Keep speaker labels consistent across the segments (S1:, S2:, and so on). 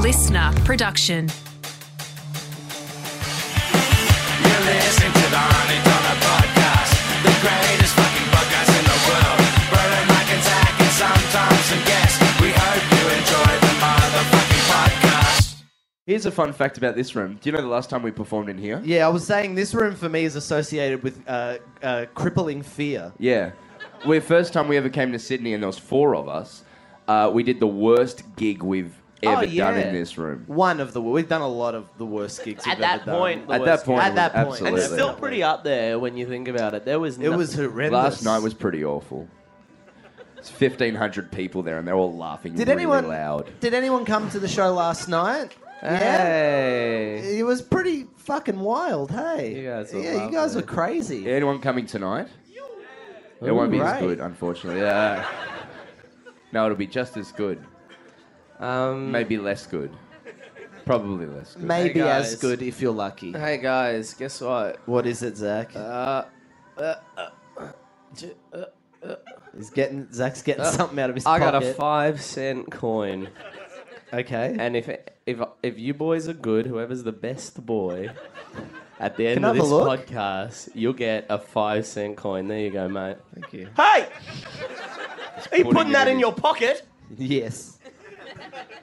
S1: listener production.
S2: You listen to the Honey Dollar Podcast, the greatest fucking podcast in the world. Brian McIntyre and Sam Thompson guest. We hope you enjoy the motherfucking podcast.
S3: Here's a fun fact about this room. Do you know the last time we performed in here?
S4: Yeah, I was saying this room for me is associated with uh, uh, crippling fear.
S3: Yeah. We first time we ever came to Sydney, and there was four of us. Uh, we did the worst gig we've ever
S4: Oh, yeah.
S3: done in this room.
S4: One of the we've done a lot of the worst gigs
S5: At
S4: we've
S5: that
S4: ever done.
S5: point, the
S3: At
S5: worst
S3: that point,
S4: At
S3: it was
S4: that point.
S5: and
S3: absolutely.
S5: it's still pretty up there when you think about it. There was
S4: it
S5: no-
S4: was horrendous.
S3: Last night was pretty awful. It's fifteen hundred people there, and they're all laughing
S4: Did
S3: really
S4: anyone
S3: loud.
S4: Did anyone come to the show last night?
S5: Hey.
S4: It was pretty fucking wild. Hey,
S5: You guys were
S4: yeah, you guys
S5: lovely.
S4: were crazy.
S3: Anyone coming tonight? It won't be
S4: right.
S3: as good, unfortunately. Uh, no, it'll be just as good.
S5: Um,
S3: Maybe less good. Probably less good.
S4: Maybe
S5: Hey,
S4: as
S5: guys.
S4: good if you're lucky.
S5: Hey guys, guess what?
S4: What is it,
S5: Uh,
S4: Zach?
S5: J- uh,
S4: He's getting Zach's getting something out of his
S5: I
S4: pocket.
S5: got a five cent coin,
S4: Okay.
S5: and if if if you boys are good, whoever's the best boy, at the end
S4: Can I
S5: of
S4: have a
S5: this
S4: look?
S5: podcast, you'll get a five cent coin. There you go, mate.
S4: Thank you.
S5: Hey, are you
S3: putting that in your
S5: pocket?
S4: Yes.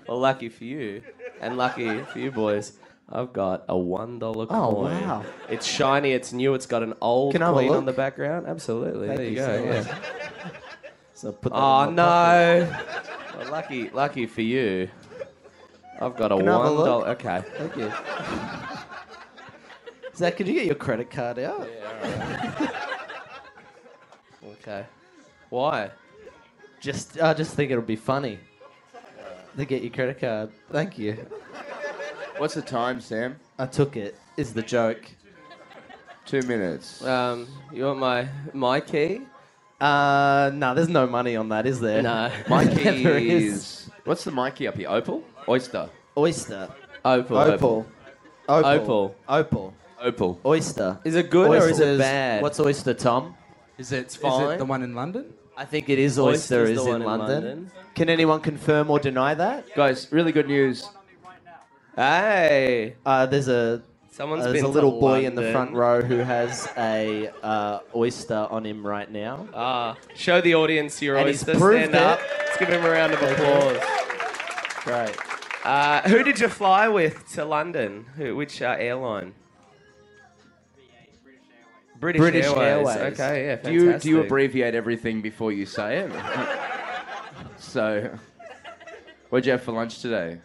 S5: Well, lucky for you, and lucky for you boys, I've got a one dollar coin.
S4: Oh, wow.
S5: It's shiny. It's new. It's got an old
S4: Can I have a
S5: coin
S4: look?
S5: on the background. Absolutely.
S4: Thank
S5: there you,
S4: you
S5: go.
S4: so
S5: yeah.
S4: much. So put that
S5: Oh
S4: in
S5: no!
S4: my pocket.
S5: Well, lucky, lucky for you, I've got a
S4: Can I have a
S5: one
S4: look?
S5: dollar. Okay.
S4: Thank you. Zach, could you get your credit card out?
S5: Okay. Why?
S4: Just, I just think it'll be funny to get your credit card. Thank you.
S3: What's the time, Sam?
S4: I took it. Is the joke?
S3: Two minutes.
S5: Um, you want my my key?
S4: Uh, no, there's no money on that, is there?
S5: No.
S3: Mikey
S4: There
S3: is. What's the Mikey up here? Opal? Oyster.
S4: Oyster.
S5: Opal.
S4: Opal. Opal.
S5: Opal.
S4: Opal.
S3: Opal.
S4: Oyster.
S5: Is it good or is it
S4: Oysters-
S5: bad?
S4: What's oyster, Tom?
S6: Is it, is
S5: fine?
S6: it the one in London?
S4: I think it is oyster.
S5: Oyster's
S4: Is
S5: the
S4: in
S5: one in
S4: London.
S5: London.
S4: Can anyone confirm or deny that?
S3: Guys, really good news.
S5: hey?
S4: Uh, there's a
S5: Someone's
S4: there's
S5: been
S4: a little
S5: to
S4: boy in the
S5: London.
S4: front row who has a uh, oyster on him right now.
S5: Ah, show the audience your
S4: And he's
S5: oyster.
S4: proved
S5: Stand
S4: it.
S5: up. Let's give him a round of applause.
S4: Great.
S5: Uh, who did you fly with to London? Who, which uh, airline? British,
S4: British
S5: Airways.
S4: Airways.
S5: Okay, yeah,
S3: Do you, do you
S5: fantastic.
S3: abbreviate everything before you say it? so, what'd you have for lunch today?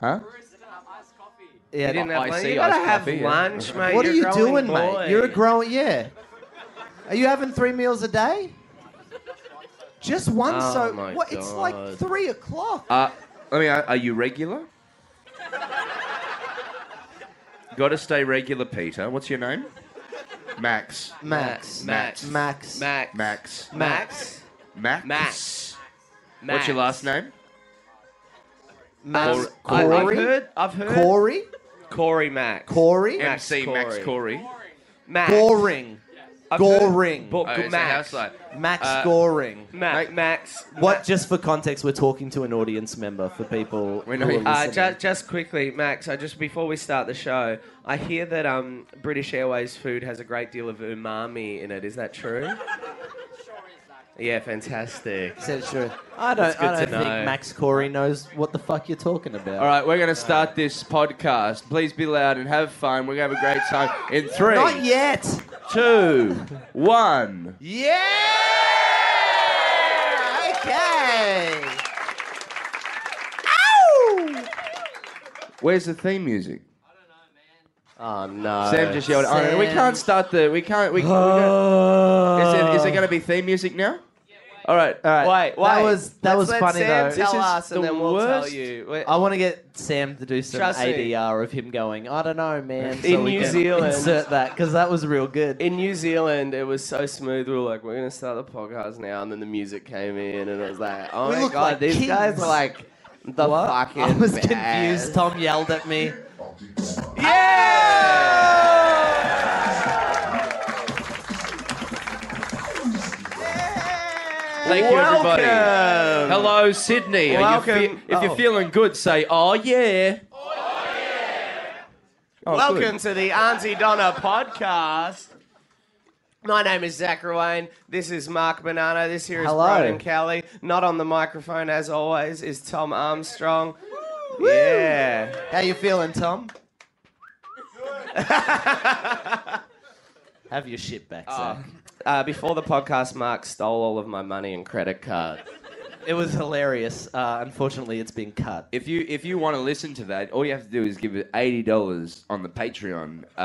S3: Huh?
S4: Yeah.
S5: You didn't
S3: Oh,
S5: have
S3: I
S5: lunch.
S3: see,
S5: You gotta
S3: iced
S5: have
S3: coffee, yeah.
S5: lunch, mate.
S4: what are
S5: You're
S4: you
S5: a growing
S4: doing,
S5: boy.
S4: mate? You're a grown. Yeah. Are you having three meals a day? Just one.
S5: Oh
S4: so
S5: my
S4: what? It's like
S5: God.
S4: three o'clock.
S3: Uh, I mean, are, are you regular? Gotta stay regular, Peter. What's your name? Max.
S4: Max.
S5: Max.
S4: Max.
S5: Max.
S3: Max.
S5: Max.
S3: Max.
S5: Max.
S3: What's your last name?
S4: Max.
S5: I,
S4: Corey.
S5: have heard. I've heard.
S4: Corey.
S5: Corey Max.
S4: Corey.
S5: Yeah. Max
S3: MC Max
S5: Corey.
S3: Corey.
S5: Max.
S4: Goring.
S5: I've heard-
S4: Goring.
S5: Bo-
S3: Oh, it's a
S5: Max.
S3: house light.
S4: Max
S3: Uh,
S4: Goring.
S5: Ma- Max.
S4: What? Just for context, we're talking to an audience member for people.
S3: We know
S4: who are
S3: you-
S5: Uh,
S4: listening.
S5: ju- just quickly, Max. I just before we start the show, I hear that um, British Airways food has a great deal of umami in it. Is that true? Yeah, fantastic.
S4: Said sure. I don't.
S5: That's good
S4: I don't
S5: to
S4: think
S5: know.
S4: Max Corey knows what the fuck you're talking about.
S3: All right, we're going to start this podcast. Please be loud and have fun. We're going to have a great time in three,
S4: Not yet.
S3: two, one.
S4: Yeah. Okay.
S3: Where's the theme music?
S5: Oh no.
S3: Sam just yelled. Oh, no, we
S4: Sam.
S3: can't start the. We can't. We. we don't- is there, is there going to be theme music now? All right.
S4: All right.
S5: Wait, wait.
S4: That was that
S5: Let's
S4: was
S5: let
S4: funny
S5: Sam
S4: though.
S5: Tell
S3: This is
S5: us, and
S3: the
S5: then we'll tell
S3: worst.
S5: you. Wait,
S4: I want to get Sam to do some
S5: Trust me.
S4: ADR of him going. I don't know, man. so
S5: In
S4: we
S5: New
S4: can
S5: Zealand.
S4: insert that because that was real good.
S5: in New Zealand, it was so smooth. We were like, we're gonna start the podcast now, and then the music came in, and it was like, oh
S4: We
S5: my
S4: look
S5: god,
S4: like
S5: these
S4: kings.
S5: guys are like the
S4: What?
S5: fucking.
S4: I was
S5: best.
S4: confused. Tom yelled at me.
S5: Yeah!
S3: Thank you, everybody.
S5: Welcome.
S3: Hello, Oh, Sydney. Are you fe-
S5: Welcome.
S3: if
S5: Oh.
S3: you're feeling good, say, oh, yeah. Oh, yeah.
S4: Oh,
S5: Welcome to the Auntie Donna podcast. My name is Zach Ruane. This is Mark Bonanno. This here is
S4: Hello.
S5: Brian Kelly. Not on the microphone, as always, is Tom Armstrong. Yeah.
S4: How you feeling, Tom? Have your shit back, Zach.
S5: Uh, before the podcast, Mark stole all of my money and credit card.
S4: It was hilarious. Uh, unfortunately, it's been cut.
S3: If you if you want to listen to that, all you have to do is give it eighty dollars on the Patreon, uh,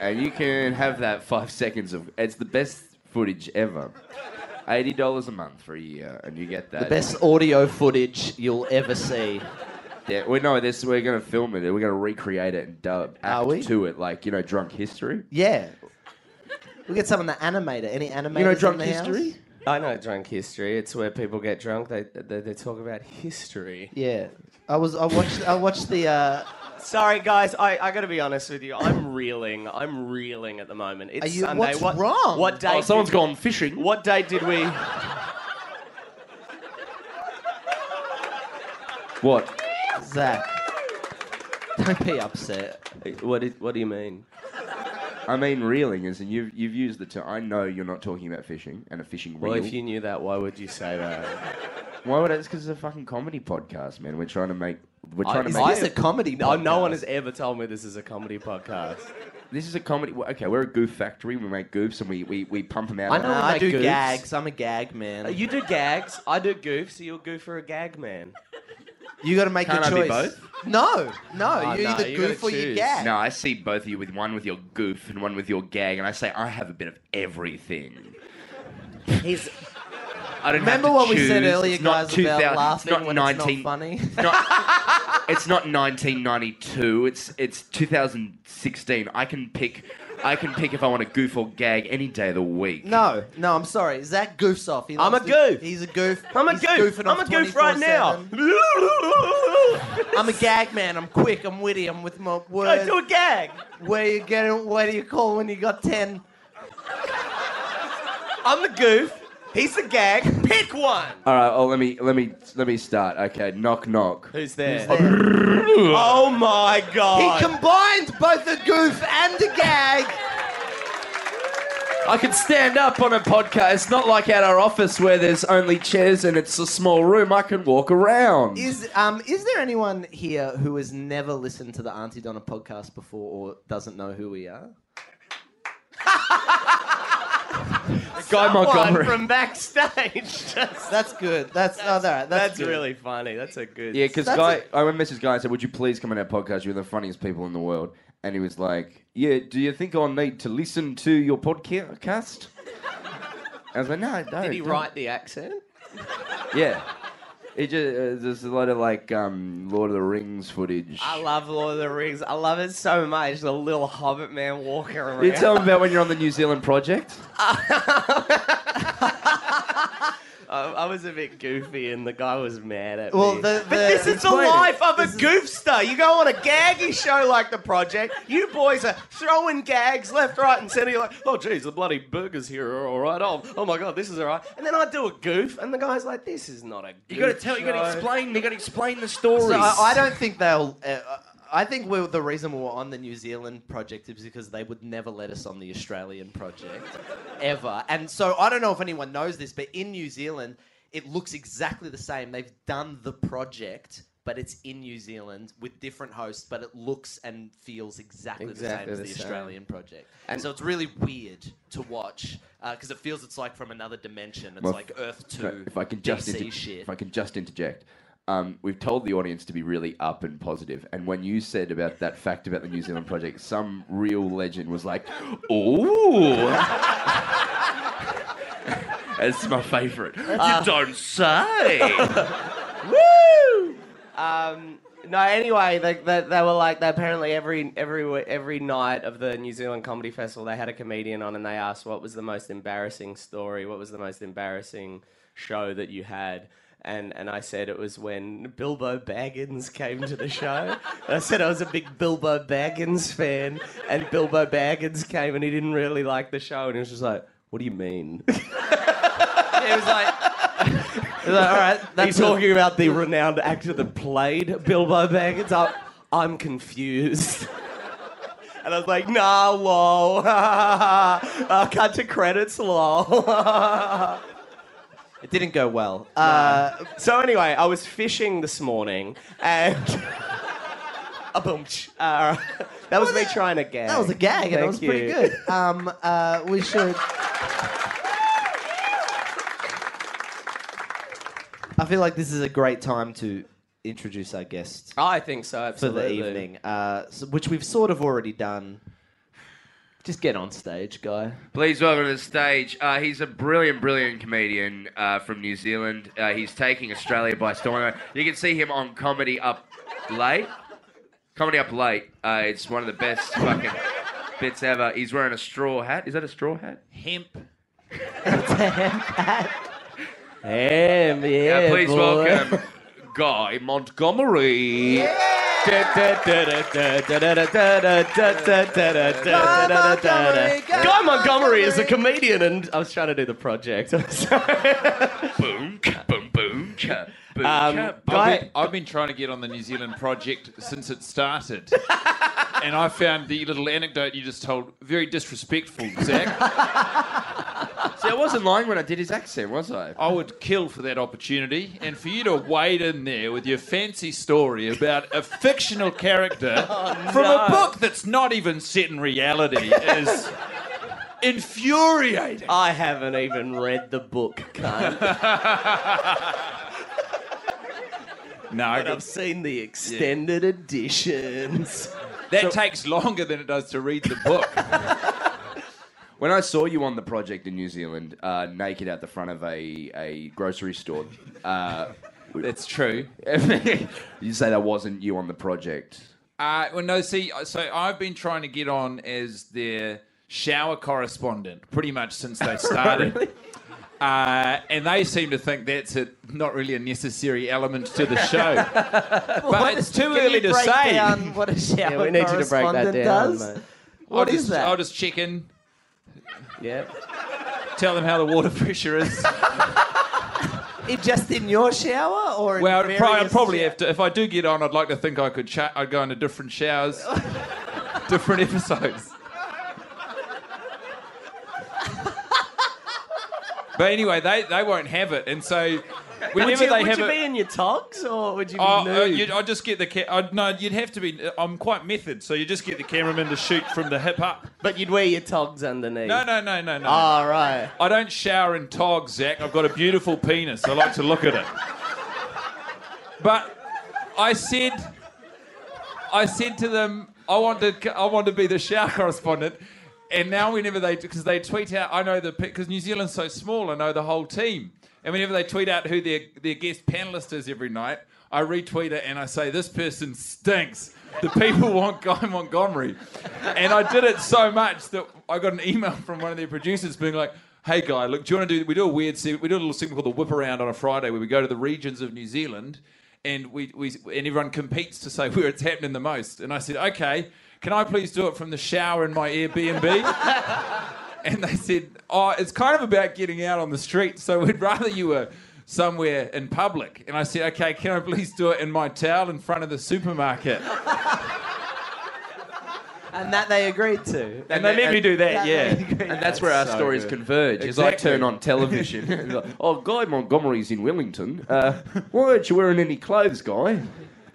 S3: and you can have that five seconds of. It's the best footage ever. Eighty dollars a month for a year, and you get that.
S4: The best audio footage you'll ever see.
S3: Yeah, we know this. We're gonna film it. We're gonna recreate it and dub
S4: Are
S3: act
S4: we?
S3: to it, like you know, drunk history.
S4: Yeah. We get someone to animate it. Any animators
S3: You know,
S4: in
S3: drunk
S4: the house?
S3: history.
S5: I know drunk history. It's where people get drunk. They they, they talk about history.
S4: Yeah. I was. I watched. I watched the. Uh,
S5: Sorry, guys. I, I got to be honest with you. I'm reeling. I'm reeling at the moment. It's
S4: Are you-
S5: Sunday.
S4: what's
S5: what,
S4: wrong?
S5: What day?
S3: Oh,
S5: did
S3: someone's
S5: we-
S3: gone fishing.
S5: What date did we?
S3: What?
S4: Zach. Don't be upset.
S5: What did, What do you mean?
S3: I mean, reeling is, and you've you've used the term. I know you're not talking about fishing and a fishing reel.
S5: Well, if you knew that, why would you say that?
S3: Why would I? It's because it's a fucking comedy podcast, man. We're trying to make. We're
S5: I-
S3: trying
S5: is
S3: to make.
S4: It's a comedy.
S5: No, Oh, no
S4: podcast.
S5: one has ever told me this is a comedy podcast.
S3: This is a comedy. well, Okay, we're a goof factory. We make goofs and we, we, we pump them out.
S5: I
S4: No,
S5: know
S4: I
S5: like
S4: do
S5: goofs.
S4: gags. I'm a gag man. You,
S5: Uh, You do gags. I do goofs. So you're goof or a gag man.
S4: got to make
S3: Can't
S4: your
S3: I be
S4: choice. No, no.
S5: Oh,
S4: you
S5: no,
S4: either
S5: you
S4: goof or
S5: gotta
S4: you
S5: choose.
S4: gag.
S3: No, I see both of you with one with your goof and one with your gag, and I say I have a bit of everything.
S4: He's,
S3: I don't
S4: remember
S3: have to
S4: what we
S3: choose.
S4: said earlier,
S3: It's not
S4: guys, about
S3: 2000
S4: laughing
S3: it's not
S4: when
S3: 19,
S4: it's not funny.
S3: not- it's not 1992. It's it's 2016. I can pick. I can pick if I want a goof or gag any day of the week.
S4: No, no. I'm sorry. Zach goofs off. He
S5: I'm
S4: loves
S5: a
S4: to-
S5: goof.
S4: He's a goof.
S5: I'm a
S4: He's
S5: goof.
S4: goofing
S5: I'm a
S4: off
S5: goof right now.
S4: 24/7. I'm a gag man. I'm quick. I'm witty. I'm with my
S5: I
S4: words.
S5: do a gag.
S4: Where you getting? Where do you call when you got ten?
S5: I'm the goof. He's the gag. Pick one.
S3: All right. Oh, let me let me let me start. Okay. Knock knock.
S5: Who's there?
S4: There.
S5: Oh my
S4: He
S5: god.
S4: combined both the goof and the gag.
S3: I can stand up on a podcast. It's not like at our office where there's only chairs and it's a small room. I can walk around.
S4: Is um is there anyone here who has never listened to the Auntie Donna podcast before or doesn't know who we are?
S3: Guy
S5: Someone
S3: Montgomery.
S5: from backstage. Just,
S4: That's good. That's oh, all right. That's,
S5: that's
S4: good.
S5: really funny. That's a good.
S3: yeah, because
S4: That's
S3: guy, I went message guy and said, "Would you please come on our podcast? You're the funniest people in the world." And he was like, "Yeah, do you think I'll need to listen to your podcast?" I was like, "No, I don't."
S5: Did he
S3: don't."
S5: write the accent?
S3: Yeah. It just uh, there's a lot of like um, Lord of the Rings footage.
S5: I love Lord of the Rings. I love it so much. The little hobbit man walking around.
S3: you tell them about when you're on the New Zealand project.
S5: I, I was a bit goofy and the guy was mad at
S4: Well,
S5: me.
S4: the-
S5: but
S4: the-
S5: this is the
S4: explain it.
S5: life of a
S4: This is-
S5: goofster. You go on a gaggy show like The Project, you boys are throwing gags left, right, and centre. You're like, oh, geez, the bloody burgers here are all right. Oh, oh my God, this is all right. And then I do a goof, and the guy's like, this is not a goof. show.
S3: explain. You got to explain the story.
S4: So I, I don't think they'll. Uh, I think we the reason we were on the New Zealand project is because they would never let us on the Australian project ever. And so I don't know if anyone knows this, but in New Zealand, it looks exactly the same. They've done the project. But it's in New Zealand with different hosts, but it looks and feels exactly,
S5: Exactly
S4: the same
S5: the
S4: as the
S5: same.
S4: Australian project. And so it's really weird to watch because it feels it's like from another dimension. It's
S3: Well,
S4: like Earth 2.
S3: No, if I can just
S4: DC
S3: inter-
S4: shit.
S3: if I can just interject, um, we've told the audience to be really up and positive. And when you said about that fact about the New Zealand project, some real legend was like, "Ooh." That's my favourite. you don't say.
S5: Woo! Um, no, anyway, they, they, they were like, they apparently every every every night of the New Zealand Comedy Festival, they had a comedian on, and they asked what was the most embarrassing story, what was the most embarrassing show that you had. And, and I said it was when Bilbo Baggins came to the show. And I said I was a big Bilbo Baggins fan, and Bilbo Baggins came and he didn't really like the show, and he was just like, "What do you mean?"
S4: It was like, like, all right,
S5: He's
S4: that's a-
S5: talking about the renowned actor that played Bilbo Baggins. I'm, I'm confused. And I was like, nah, lol. uh, cut to credits, lol.
S4: It didn't go well. Uh,
S5: so anyway, I was fishing this morning and... a boom. Uh, that was me trying to gag.
S4: that was a gag, and it
S5: Thank
S4: was pretty
S5: you.
S4: good. Um, uh, we should. I feel like this is a great time to introduce our guest
S5: I think so,
S4: for the
S5: absolutely.
S4: evening, uh, so- which we've sort of already done. Just get on stage, guy.
S3: Please welcome to the stage. Uh, he's a brilliant, brilliant comedian uh, from New Zealand. Uh, he's taking Australia by storm. You can see him on Comedy Up Late. Comedy Up Late. Uh, it's one of the best fucking bits ever. He's wearing a straw hat. Is that a straw hat?
S5: Damn, yeah,
S3: Uh, please
S5: boy. Um,
S3: welcome Guy Montgomery.
S5: Guy Montgomery is a comedian, and I was trying to do the project. I'm sorry.
S3: Boom, ka, boom, boom, ka, boom,
S5: Um,
S3: ka, boom.
S5: Guy-
S1: I've been, I've been trying to get on the New Zealand project since it started. and I found the little anecdote you just told very disrespectful, Zach.
S3: See, I wasn't lying when I did his accent, was I?
S1: I would kill for that opportunity. And for you to wade in there with your fancy story about a fictional character from a book that's not even set in reality is infuriating.
S5: I haven't even read the book, cunt.
S1: no, I
S5: but I've
S1: got,
S5: seen the extended editions.
S1: that takes longer than it does to read the book.
S3: When I saw you on the project in New Zealand, uh, naked out the front of a, a grocery store, uh,
S1: that's true.
S3: you say that wasn't you on the project.
S1: Uh, well, no, see, so I've been trying to get on as their shower correspondent pretty much since they started. uh, and they seem to think that's a, not really a necessary element to the show. but it's too
S4: Can you
S1: early to
S4: break
S1: say.
S4: down what a shower
S5: Yeah, we need you to break that
S4: correspondent
S5: down,
S4: does?
S5: mate.
S4: What
S1: I'll
S4: is
S1: just,
S4: that?
S1: I'll just check in,
S5: Yeah.
S1: tell them how the water pressure is.
S4: It just in your shower, or in
S1: well, I'd probably, I'd
S4: various
S1: probably
S4: showers?
S1: have to, if I do get on, I'd like to think I could chat, I'd go into different showers, different episodes. but anyway, they, they won't have it. And so whenever
S5: Would you,
S1: they
S5: would
S1: have
S5: you
S1: it.
S5: be in your togs, or would you be
S1: Oh, uh,
S5: nude?
S1: you'd, I'd just get the ca- I'd, no. You'd have to be. I'm quite method, so you just get the cameraman to shoot from the hip up.
S5: But you'd wear your togs underneath.
S1: No, no, no, no, no.
S5: All right.
S1: I don't shower in tog, Zach. I've got a beautiful penis. I like to look at it. But I said, I said to them, I want to, I want to be the shower correspondent. And now whenever they, because they tweet out, I know the, because New Zealand's so small, I know the whole team. And whenever they tweet out who their, their guest panelist is every night, I retweet it and I say, this person stinks. The people want Guy Montgomery. And I did it so much that I got an email from one of their producers being like, hey guy, look, do you want to do, we do a weird, se- we do a little segment called the whip around on a Friday where we go to the regions of New Zealand and we, we and everyone competes to say where it's happening the most. And I said, okay, can I please do it from the shower in my Airbnb? and they said, oh, it's kind of about getting out on the street, so we'd rather you were somewhere in public. And I said, okay, can I please do it in my towel in front of the supermarket?
S4: and that they agreed to.
S1: And they let me do that, yeah.
S3: And that's where our
S1: so
S3: stories
S1: good.
S3: converge. As I
S1: Exactly.
S3: turn on television, and like, oh, Guy Montgomery's in Wellington. Uh, why aren't you wearing any clothes, Guy?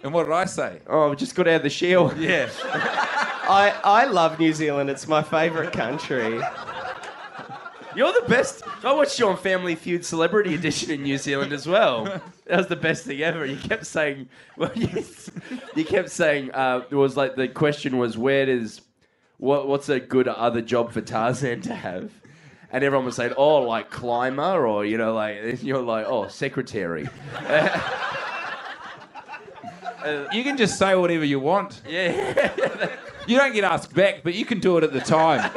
S1: And what did I say?
S3: Oh, I've just got out of the shower.
S1: Yeah.
S5: I, I love New Zealand. It's my favourite country.
S3: You're the best. I watched you on Family Feud Celebrity Edition in New Zealand as well. That was the best thing ever. You kept saying, well, you, you kept saying, uh, it was like the question was, where does, what, what's a good other job for Tarzan to have? And everyone was saying, oh, like climber, or, you know, like, and you're like, oh, secretary.
S1: You can just say whatever you want.
S3: Yeah.
S1: You don't get asked back, but you can do it at the time.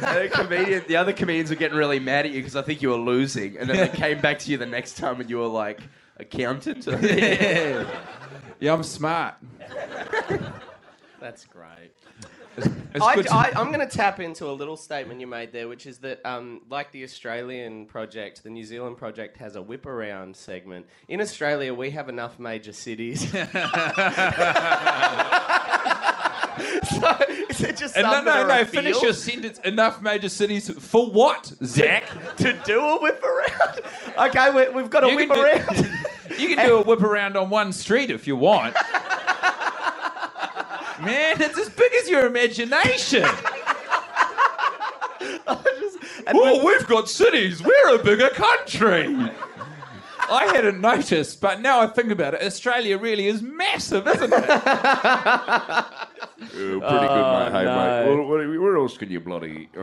S3: the, comedian, the other comedians were getting really mad at you because I think you were losing. And then they came back to you the next time and you were like, accountant?
S1: yeah. yeah, I'm smart.
S5: That's great.
S1: It's
S5: I,
S1: good to-
S5: I, I'm going to tap into a little statement you made there, which is that, um, like the Australian project, the New Zealand project has a whip around segment. In Australia, we have enough major cities. so, is it just
S1: and no,
S5: something
S1: no,
S5: or
S1: no.
S5: a
S1: Finish
S5: feel
S1: your sentence. Enough major cities for what, Zach?
S5: to do a whip around? okay, we, we've got a
S1: You
S5: whip
S1: can do-
S5: around.
S1: You can do a whip around on one street if you want. Man, it's as big as your imagination. Oh, we've got cities. We're a bigger country. I hadn't noticed, but now I think about it, Australia really is massive, isn't it?
S3: pretty good, mate. Hey, mate. What, what, where else can you bloody? oh,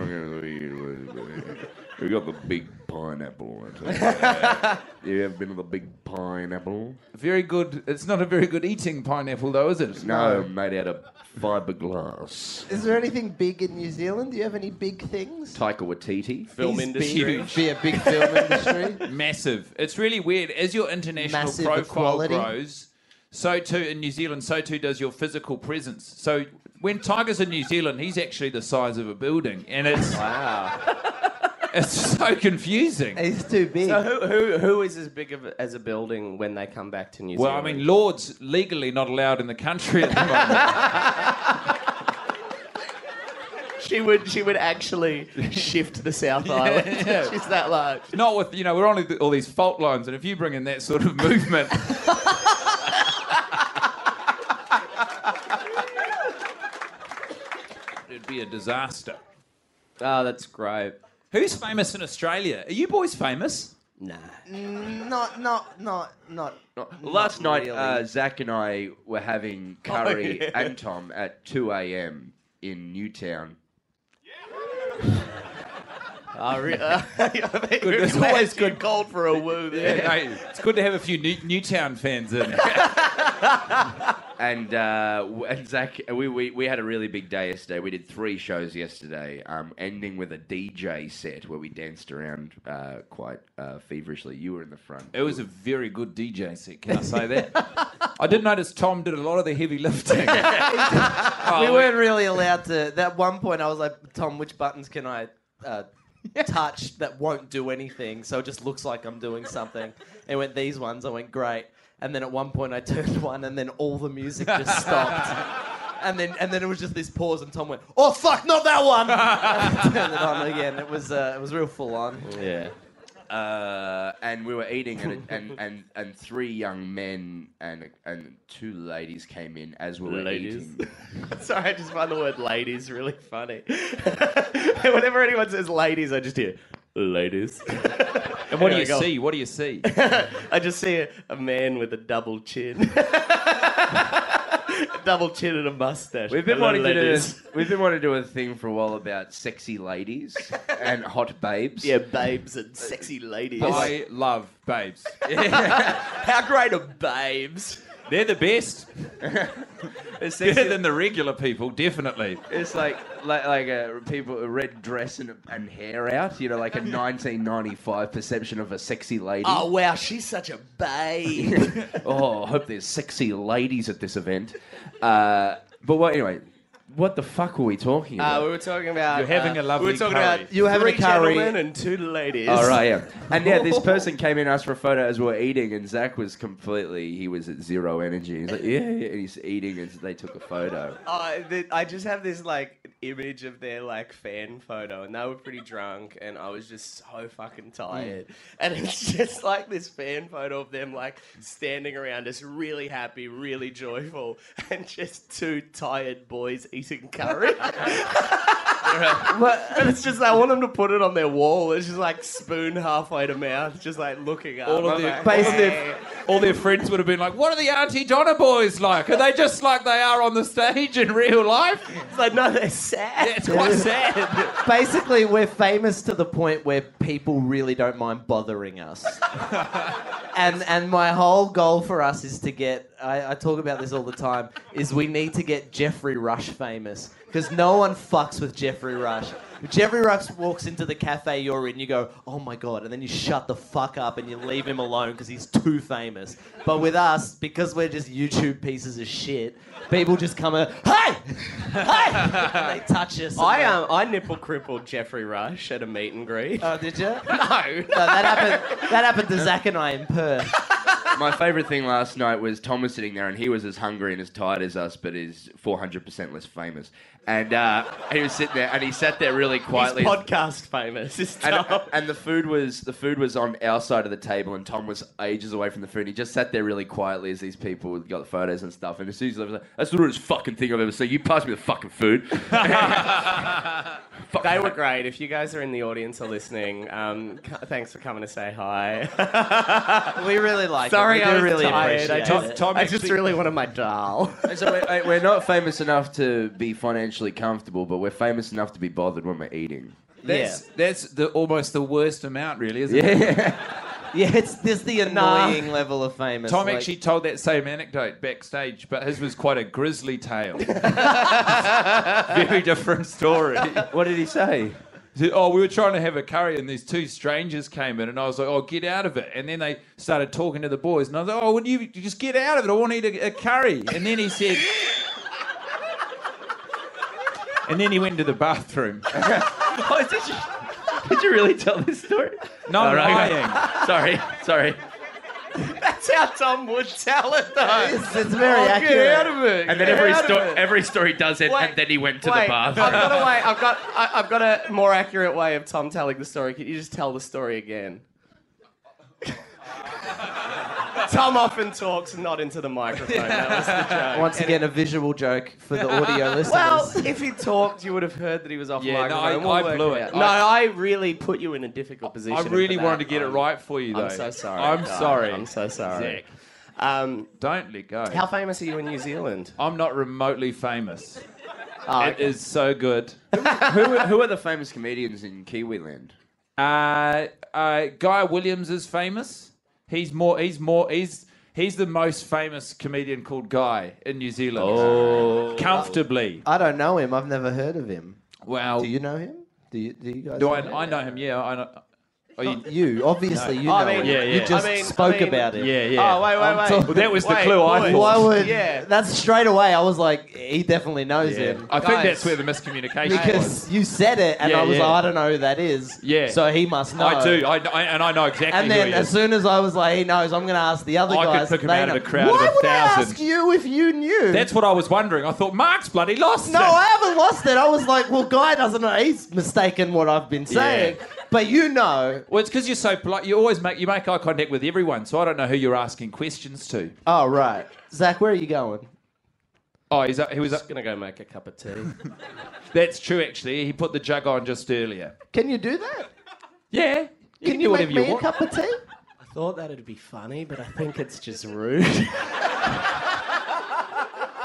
S3: We got the big pineapple. you ever been to the big pineapple?
S1: Very good. It's not a very good eating pineapple, though, is it?
S3: No, made out of fiberglass.
S4: Is there anything big in New Zealand? Do you have any big things?
S3: Taika Waititi.
S5: Film industry.
S1: Huge.
S4: Be a big film industry.
S1: Massive. It's really weird. As your international
S4: Massive
S1: profile
S4: equality.
S1: grows, so too in New Zealand, so too does your physical presence. So when Tiger's in New Zealand, he's actually the size of a building, and it's
S5: Wow.
S1: it's so confusing.
S4: He's too big.
S5: So who, who, who is as big of a, as a building when they come back to New
S1: Well, I
S5: Zealand?
S1: mean, Lord's legally not allowed in the country at the moment.
S5: she would she would actually shift the South Island.
S1: Yeah.
S5: She's that large.
S1: not with you know we're on all these fault lines, and if you bring in that sort of movement. It'd be a disaster.
S3: Ah,
S5: Oh, that's great.
S1: Who's famous in Australia? Are you boys famous?
S5: Nah.
S4: Not, not, not, not.
S3: Last
S4: Not
S3: night,
S4: really.
S3: uh, Zach and I were having curry
S5: yeah.
S3: and Tom at 2 a.m. in Newtown.
S5: Oh, really? it's
S1: it's always
S5: good. Cold for a woo. There.
S1: Hey, it's good to have a few New- Newtown fans in.
S3: And, uh, w- and Zach, we, we, we had a really big day yesterday. We did three shows yesterday, um, ending with a DJ set where we danced around uh, quite uh, feverishly. You were in the front.
S1: It was a very good DJ set, can I say that? I did notice Tom did a lot of the heavy lifting. Oh,
S4: we weren't really allowed to. That one point, I was like, Tom, which buttons can I uh, touch that won't do anything? So it just looks like I'm doing something. And he went these ones. I went great. And then at one point, I turned one, and then all the music just stopped. And then, and then it was just this pause, and Tom went, "Oh fuck, not that one!" And turned it on again. It was, uh, it was real full on.
S5: Yeah.
S3: uh, and we were eating, and, and, and, and three young men and, and two ladies came in as we were
S5: Ladies.
S3: eating.
S5: Sorry, I just find the word ladies really funny. Whenever anyone says ladies, I just hear ladies.
S1: and what do
S5: There
S1: you
S5: we go.
S1: see? What do you see?
S5: I just see a, a man with a double chin. A double chin and a mustache.
S3: We've been
S5: Hello,
S3: wanting to do
S5: ladies.
S3: this. We've been wanting to do a thing for a while about sexy ladies and hot babes.
S5: Yeah, babes and sexy ladies.
S1: I love babes.
S5: How great are babes?
S1: They're the best.
S3: it's
S1: Better
S3: sexy.
S1: than the regular people, definitely.
S3: it's like like like a people a red dress and, and hair out. You know, like a 1995 perception of a sexy lady.
S5: Oh wow, she's such a babe.
S3: oh, I hope there's sexy ladies at this event. Uh, but what anyway? What the fuck were we talking
S5: Uh,
S3: about?
S5: we were talking about.
S1: You're having
S5: uh,
S1: a lovely
S5: We were talking
S1: curry.
S5: about
S4: You were having
S5: three
S4: a curry.
S5: gentlemen and two ladies.
S3: Oh, right, yeah. And yeah, this person came in and asked for a photo as we were eating, and Zach was completely, he was at zero energy. He's like, yeah, yeah. And he's eating, and they took a photo.
S5: Uh, th- I just have this like image of their like fan photo, and they were pretty drunk, and I was just so
S1: Mm.
S5: fucking tired. And it's just like this fan photo of them like standing around, just really happy, really joyful, and just two tired boys eating curry. and it's just I want them to put it on their wall. It's just like spoon halfway to mouth, just like looking up.
S1: All of
S5: I'm
S1: their-
S5: like,
S1: all of their-
S5: "Hey."
S1: All their friends would have been like, What are the Auntie Donna boys like? Are they just like they are on the stage in real life?
S5: It's like no, they're sad.
S1: Yeah, it's quite sad.
S4: Basically, we're famous to the point where people really don't mind bothering us. and and my whole goal for us is to get I, I talk about this all the time is we need to get Jeffrey Rush famous because no one fucks with Jeffrey Rush. Jeffrey Rush walks into the cafe you're in, you go, oh my god, and then you shut the fuck up and you leave him alone because he's too famous. But with us, because we're just YouTube pieces of shit, people just come and, hey! Hey! And they touch us. and
S5: I
S4: they-
S5: um, I nipple crippled Jeffrey Rush at a meet and greet.
S4: Oh, did you? No,
S5: no,
S4: that happened. That happened to Zach and I in Perth.
S3: My favourite thing last night was Tom was sitting there and he was as hungry and as tired as us, but is 400% less famous. And uh, he was sitting there and he sat there really
S5: he's
S3: quietly.
S5: podcast famous. Is
S3: and, uh,
S5: Tom.
S3: and the food was the food was on our side of the table, and Tom was ages away from the food. He just sat there really quietly as these people got the photos and stuff. And as soon as I was like, "That's the rudest fucking thing I've ever seen," you pass me the fucking food. Fuck.
S5: They were great. If you guys are in the audience or listening, um, c- thanks for coming to say hi.
S4: We really like
S5: Sorry,
S4: it.
S5: I
S4: We do
S5: was
S4: really
S5: tired. I
S4: appreciate
S5: just,
S4: it.
S1: Tom
S5: I just
S1: actually-
S5: really wanted my doll.
S3: So we're, we're not famous enough to be financially comfortable, but we're famous enough to be bothered when we're eating.
S1: That's, that's the almost the worst amount, really, isn't it?
S3: Yeah.
S4: Yeah, it's this the
S5: Nah.
S4: annoying level of famous.
S1: Tom
S4: like-
S1: actually told that same anecdote backstage, but his was quite a grisly tale. Very different story.
S3: what did he say?
S1: He said, Oh, we were trying to have a curry, and these two strangers came in, and I was like, Oh, get out of it. And then they started talking to the boys, and I was like, Oh, would you you just get out of it? I want to eat a, a curry. And then he said, And then he went to the bathroom.
S3: Oh, did you, did you really tell this story?
S1: No, I'm
S3: right.
S1: lying.
S3: Sorry, sorry.
S5: That's how Tom would tell it, though.
S4: It's, it's very
S5: I'll
S4: accurate.
S5: Get out of it.
S3: And then
S5: Get
S3: every,
S5: out of
S3: sto-
S5: it.
S3: every story does it,
S5: Wait,
S3: and then he went to
S5: wait,
S3: the bathroom.
S5: I've got a way. I've got. I, I've got a more accurate way of Tom telling the story. Can you just tell the story again? Tom often talks not into the microphone. That was the joke.
S4: Once again, a visual joke for the audio listeners.
S5: Well, if he talked, you would have heard that he was off
S1: Yeah, no,
S5: microphone.
S1: I-
S5: We'll
S1: I
S5: work
S1: blew it.
S5: out. No, I, really put you in a difficult position.
S1: I really
S5: for that.
S1: wanted to get it
S5: I'm-
S1: right for you, though.
S5: I'm so sorry.
S1: I'm
S5: Doug.
S1: sorry.
S5: I'm so sorry.
S1: Zach,
S5: Um,
S1: don't let go.
S5: how famous are you in New Zealand?
S1: I'm not remotely famous.
S5: Oh,
S1: It is so good.
S3: who, who are the famous comedians in Kiwiland?
S1: Uh, uh, Guy Williams is famous. He's more. He's more. He's he's the most famous comedian called Guy in New Zealand. Oh, comfortably.
S4: I don't know him. I've never heard of him.
S1: Wow.
S4: Uh, Do you know him? Do you? Do you guys?
S1: Do
S4: know
S1: I?
S4: him?
S1: I know him. Yeah. I know. Are you,
S4: You obviously you know
S5: I mean-
S4: him.
S1: Yeah, yeah.
S4: You just
S5: I mean-
S4: spoke
S5: I mean-
S4: about it.
S1: yeah. Yeah.
S5: Oh, wait, wait,
S1: I'm
S5: wait.
S1: talk- well, that was the
S5: Wait,
S1: clue I
S5: boys.
S1: thought.
S4: Why would?
S5: Yeah.
S4: That's straight away. I was like, he definitely knows
S1: Yeah.
S4: him.
S1: I think
S5: Guys.
S1: that's where the miscommunication was.
S4: Because you said it, and
S1: Yeah,
S4: I was
S1: yeah.
S4: like, I don't know who that is.
S1: Yeah.
S4: So he must know.
S1: I do. I, I and I know exactly
S4: And then
S1: who he
S4: as
S1: is.
S4: soon as I was like, he knows, I'm going to ask the other
S1: I could
S4: guys.
S1: pick him
S4: They
S1: out of
S4: know-
S1: a crowd
S4: Why
S1: of a
S4: would I
S1: thousand.
S4: ask you if you knew?
S1: That's what I was wondering. I thought Mark's bloody lost.
S4: no,
S1: it.
S4: I haven't lost it. I was like, well, guy doesn't know. He's mistaken what I've been saying. But you know.
S1: Well, it's because you're so polite. You always make you make eye contact with everyone, so I don't know who you're asking questions to.
S4: Oh, right. Zach, where are you going?
S1: Oh, he's up, he was.
S5: Just
S1: Up,
S5: gonna go make a cup of tea.
S1: that's true, actually. He put the jug on just earlier.
S4: Can you do that?
S1: Yeah, you can,
S4: Can
S1: do
S4: you make
S1: whatever you
S4: me a
S1: want.
S4: cup of tea?
S5: I thought that'd be funny, but I think it's just rude.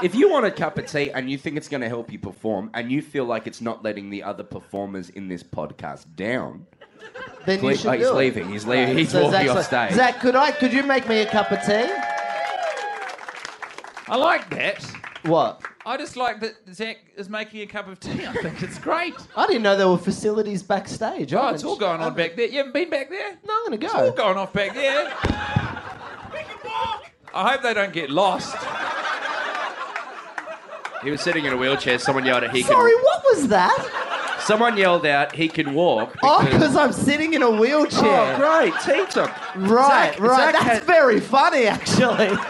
S3: If you want a cup of tea and you think it's going to help you perform, and you feel like it's not letting the other performers in this podcast down,
S4: Then you
S3: Ple-
S4: should
S3: oh, he's
S4: do it.
S3: leaving. He's leaving. He's
S4: So
S3: walking
S4: Zach's
S3: off
S4: like,
S3: stage.
S4: Zach, could I? Could you make me a cup of tea?
S1: I like that.
S4: What?
S1: I just like that Zach is making a cup of tea. I think it's great.
S4: I didn't know there were facilities backstage. I
S1: Oh,
S4: haven't-
S1: it's all going on back there. You haven't been back there?
S4: No, I'm gonna go.
S1: It's all going off back there. I hope they don't get lost.
S3: He was sitting in a wheelchair. Someone yelled at he
S4: Sorry, what was that?
S3: can. Someone yelled out he can walk.
S4: Oh,
S3: because-
S4: because I'm sitting in a wheelchair.
S3: oh great, tea talk.
S4: Right,
S3: Zach- Zach
S4: right. That's
S3: had-
S4: very funny, actually.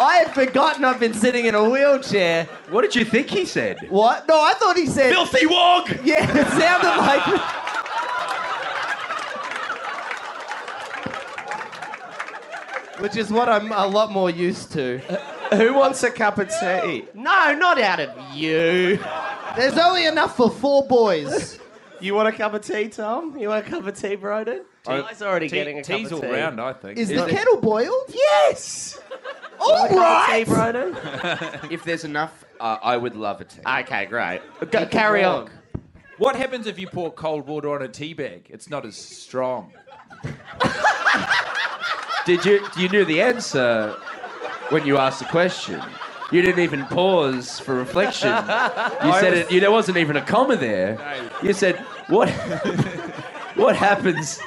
S4: I had forgotten I've been sitting in a wheelchair.
S3: What did you think he said?
S4: What? No, I thought he said.
S3: Filthy walk.
S4: Yeah, it sounded like. Which is what I'm a lot more used to.
S5: Who wants a cup of tea? No, not out of you.
S4: There's only enough for four boys.
S5: You want a cup of tea, Tom? You want a cup of tea, Broden? Tea's already getting a
S1: Tea's
S5: cup of
S1: all
S5: tea.
S1: round, I think.
S4: Is the kettle boiled?
S5: Yes.
S4: All right.
S5: Right. Tea, Broden.
S3: If there's enough, uh, I would love a tea.
S5: okay, great. Go, carry
S4: walk.
S5: on.
S1: What happens if you pour cold water on a tea bag? It's not as strong.
S3: Did you? You knew the answer when you asked the question. You didn't even pause for reflection. You said it. You, there wasn't even a comma there. You said What What happens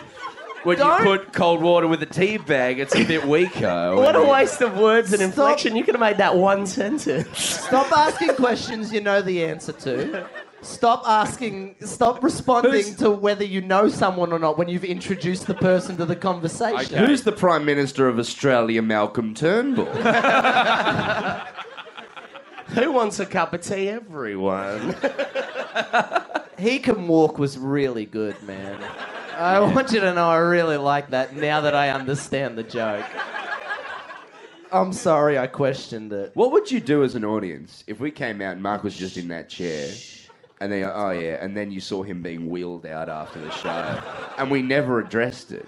S3: when you
S5: Don't-
S3: put cold water with a tea bag? It's a bit weaker.
S5: What a
S3: When you-
S5: waste of words and
S4: Stop.
S5: inflection. You could have made that one sentence.
S4: Stop asking questions you know the answer to. Stop asking, stop responding
S1: Who's-
S4: to whether you know someone or not when you've introduced the person to the conversation.
S1: Okay.
S3: Who's the Prime Minister of Australia, Malcolm Turnbull?
S5: Who wants a cup of tea? Everyone.
S4: He Can Walk was really good, man. I want you to know I really like that now that I understand the joke. I'm sorry I questioned it.
S3: what would you do as an audience if we came out and Mark was just in that chair? And then, oh yeah, and then you saw him being wheeled out after the show, and we never addressed it.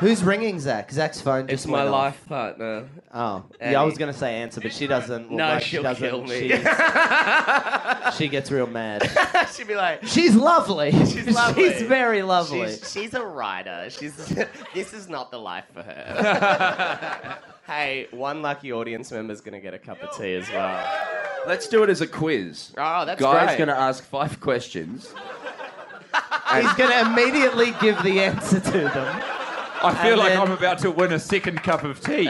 S4: Who's ringing Zach? Zach's phone just
S5: It's my
S4: went off.
S5: life partner.
S4: Oh,
S5: Annie.
S4: yeah, I was going to say answer, but she doesn't. well,
S5: No,
S4: like,
S5: she'll
S4: she doesn't,
S5: kill me.
S4: she's- she gets real mad.
S5: She'd be like,
S4: She's lovely. She's
S5: lovely.
S4: She's very lovely.
S5: she's, she's a writer. She's this is not the life for her. hey, one lucky audience member's gonna get a cup of tea as well.
S3: Let's do it as a quiz.
S5: Oh, that's
S3: Guy's
S5: great.
S3: going to ask five questions.
S4: He's going to immedially give the answer to them.
S1: I feel
S4: And
S1: like
S4: then-
S1: I'm about to win a second cup of tea.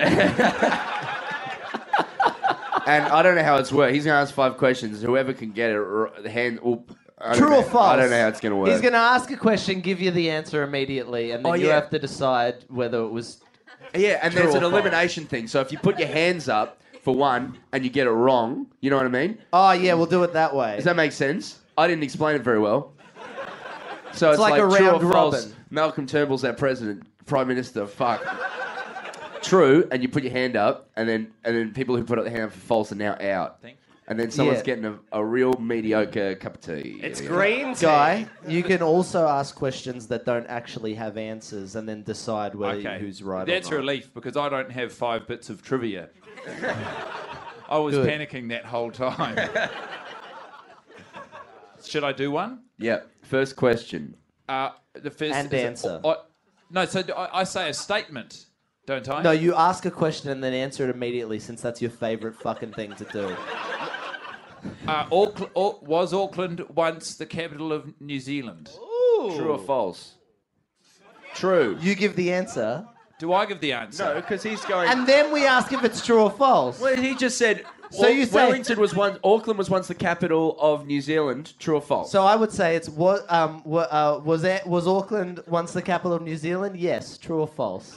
S3: And I don't know how it's worked. He's going to ask five questions. Whoever can get it, r- the hand. Well, I don't
S4: True
S3: know.
S4: or false?
S3: I don't know how it's going to work.
S4: He's going to ask a question, give you the answer immediately, and then
S3: Oh,
S4: you
S3: yeah.
S4: have to decide whether it was.
S3: Yeah, and
S4: True
S3: there's
S4: or
S3: an
S4: false?
S3: elimination thing. So if you put your hands up for one and you get it wrong, you know what I mean?
S4: Oh yeah, we'll do it that way.
S3: Does that make sense? I didn't explain it very well. So it's,
S4: like a
S3: true
S4: round
S3: or false.
S4: robin.
S3: Malcolm Turnbull's our president, prime minister. Fuck. True, and you put your hand up, and then and then people who put up their hand up for false are now out.
S1: Thank you.
S3: And then someone's
S4: Yeah.
S3: getting a, a real mediocre cup of tea.
S5: It's
S3: Yeah.
S5: green tea.
S4: Guy, you can also ask questions that don't actually have answers, and then decide whether
S1: Okay.
S4: who's right.
S1: That's
S4: or not.
S1: relief because I don't have five bits of trivia. I was
S4: Good.
S1: panicking that whole time. Should I do one?
S3: Yeah. First question.
S1: Uh, the first
S4: And
S1: is it-
S4: answer.
S1: I- no, so do I, I say a statement, don't I?
S4: No, you ask a question and then answer it immediately, since that's your favorite fucking thing to do.
S1: Uh, Auckland, Au- was Auckland once the capital of New Zealand?
S3: True or false? True.
S4: You give the answer,
S1: Do I give the answer?
S3: No, because he's going.
S4: and then we ask if it's true or false.
S3: Well, he just said.
S4: So
S3: Au-
S4: you say-
S3: Wellington was once Auckland was once the capital of New Zealand. True or false?
S4: So I would say it's what um wa- uh, was that, was Auckland once the capital of New Zealand? Yes, true or false?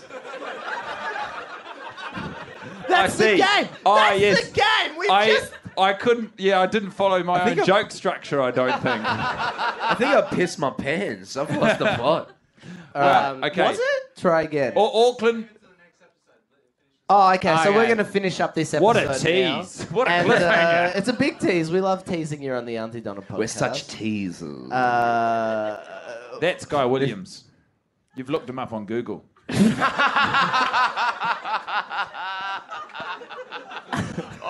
S4: That's the
S1: see.
S4: game.
S1: Ah,
S4: That's
S1: yes.
S4: the game. We
S1: I,
S4: just
S1: I couldn't. Yeah, I didn't follow my
S3: think
S1: own
S3: I'm-
S1: joke structure. I don't think.
S3: I think I pissed my pants. I've lost the plot.
S1: Uh, okay.
S4: Um, was it? Try again.
S1: Au- Auckland.
S4: oh, okay. So we're
S1: okay.
S4: gonna finish up this episode.
S1: What a
S4: now.
S1: tease. What a
S4: And
S1: cliffhanger.
S4: uh, it's a big tease. We love teasing here on the Auntie Donna podcast.
S3: We're such teasers.
S4: uh,
S1: That's Guy Williams. You've looked him up on Google.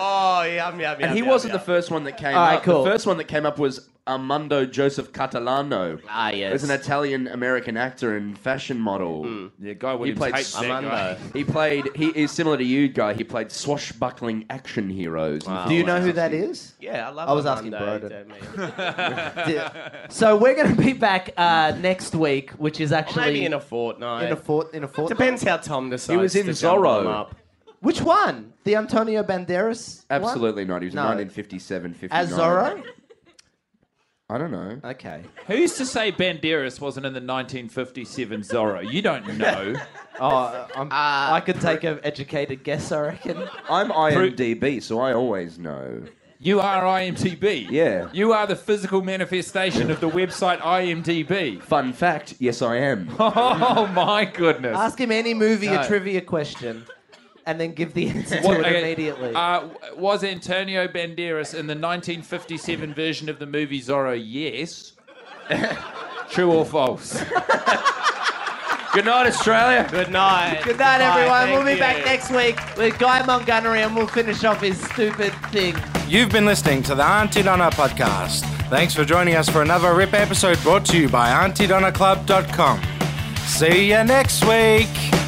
S5: Oh yum yum
S3: and he wasn't the first one that came
S4: All right,
S3: up.
S4: cool.
S3: The first one that came up was Armando Joseph Catalano.
S5: Ah yes.
S3: He's an Italian American actor and fashion model.
S4: Hmm.
S1: Yeah, Guy Williams
S3: played
S1: hates that
S5: Armando.
S1: guy.
S3: He played. He is similar to you, guy. He played swashbuckling action heroes. in the
S4: do you
S3: films.
S4: know who that is?
S5: Yeah, I love.
S4: I was
S5: Armando,
S4: asking
S5: don't me.
S4: Yeah. so we're gonna be back uh, next week, which is actually
S5: Maybe in a fortnight.
S4: in a fort in a fortnight.
S5: Depends how Tom decides.
S3: was in
S5: to jump
S3: Zorro.
S5: him up.
S4: Which one? The Antonio Banderas? one?
S3: Absolutely not. He was
S4: No.
S3: 1957, 59.
S4: As Zorro?
S3: I don't know.
S4: Okay.
S1: Who's to say Banderas wasn't in the 1957 Zorro? You don't know.
S4: Oh, uh, I'm, I could take an educated guess, I reckon.
S3: I'm IMDb, so I always know.
S1: You are IMDb.
S3: Yeah.
S1: You are the physical manifestation of the website IMDb.
S3: Fun fact: Yes, I am.
S1: Oh my goodness.
S4: Ask him any movie
S1: No.
S4: a trivia question and then give the answer
S1: What-
S4: to it
S1: okay,
S4: immediately.
S1: Uh, w- was Antonio Banderas in the 1957 version of the movie Zorro? Yes. True or false?
S3: Good night, Australia.
S5: Good night.
S4: Good night, everyone. We'll be
S5: thank you.
S4: back next week with Guy Montgomery and we'll finish off his stupid thing.
S2: You've been listening to the Auntie Donna podcast. Thanks for joining us for another RIP episode brought to you by AuntieDonnaClub.com. See you next week.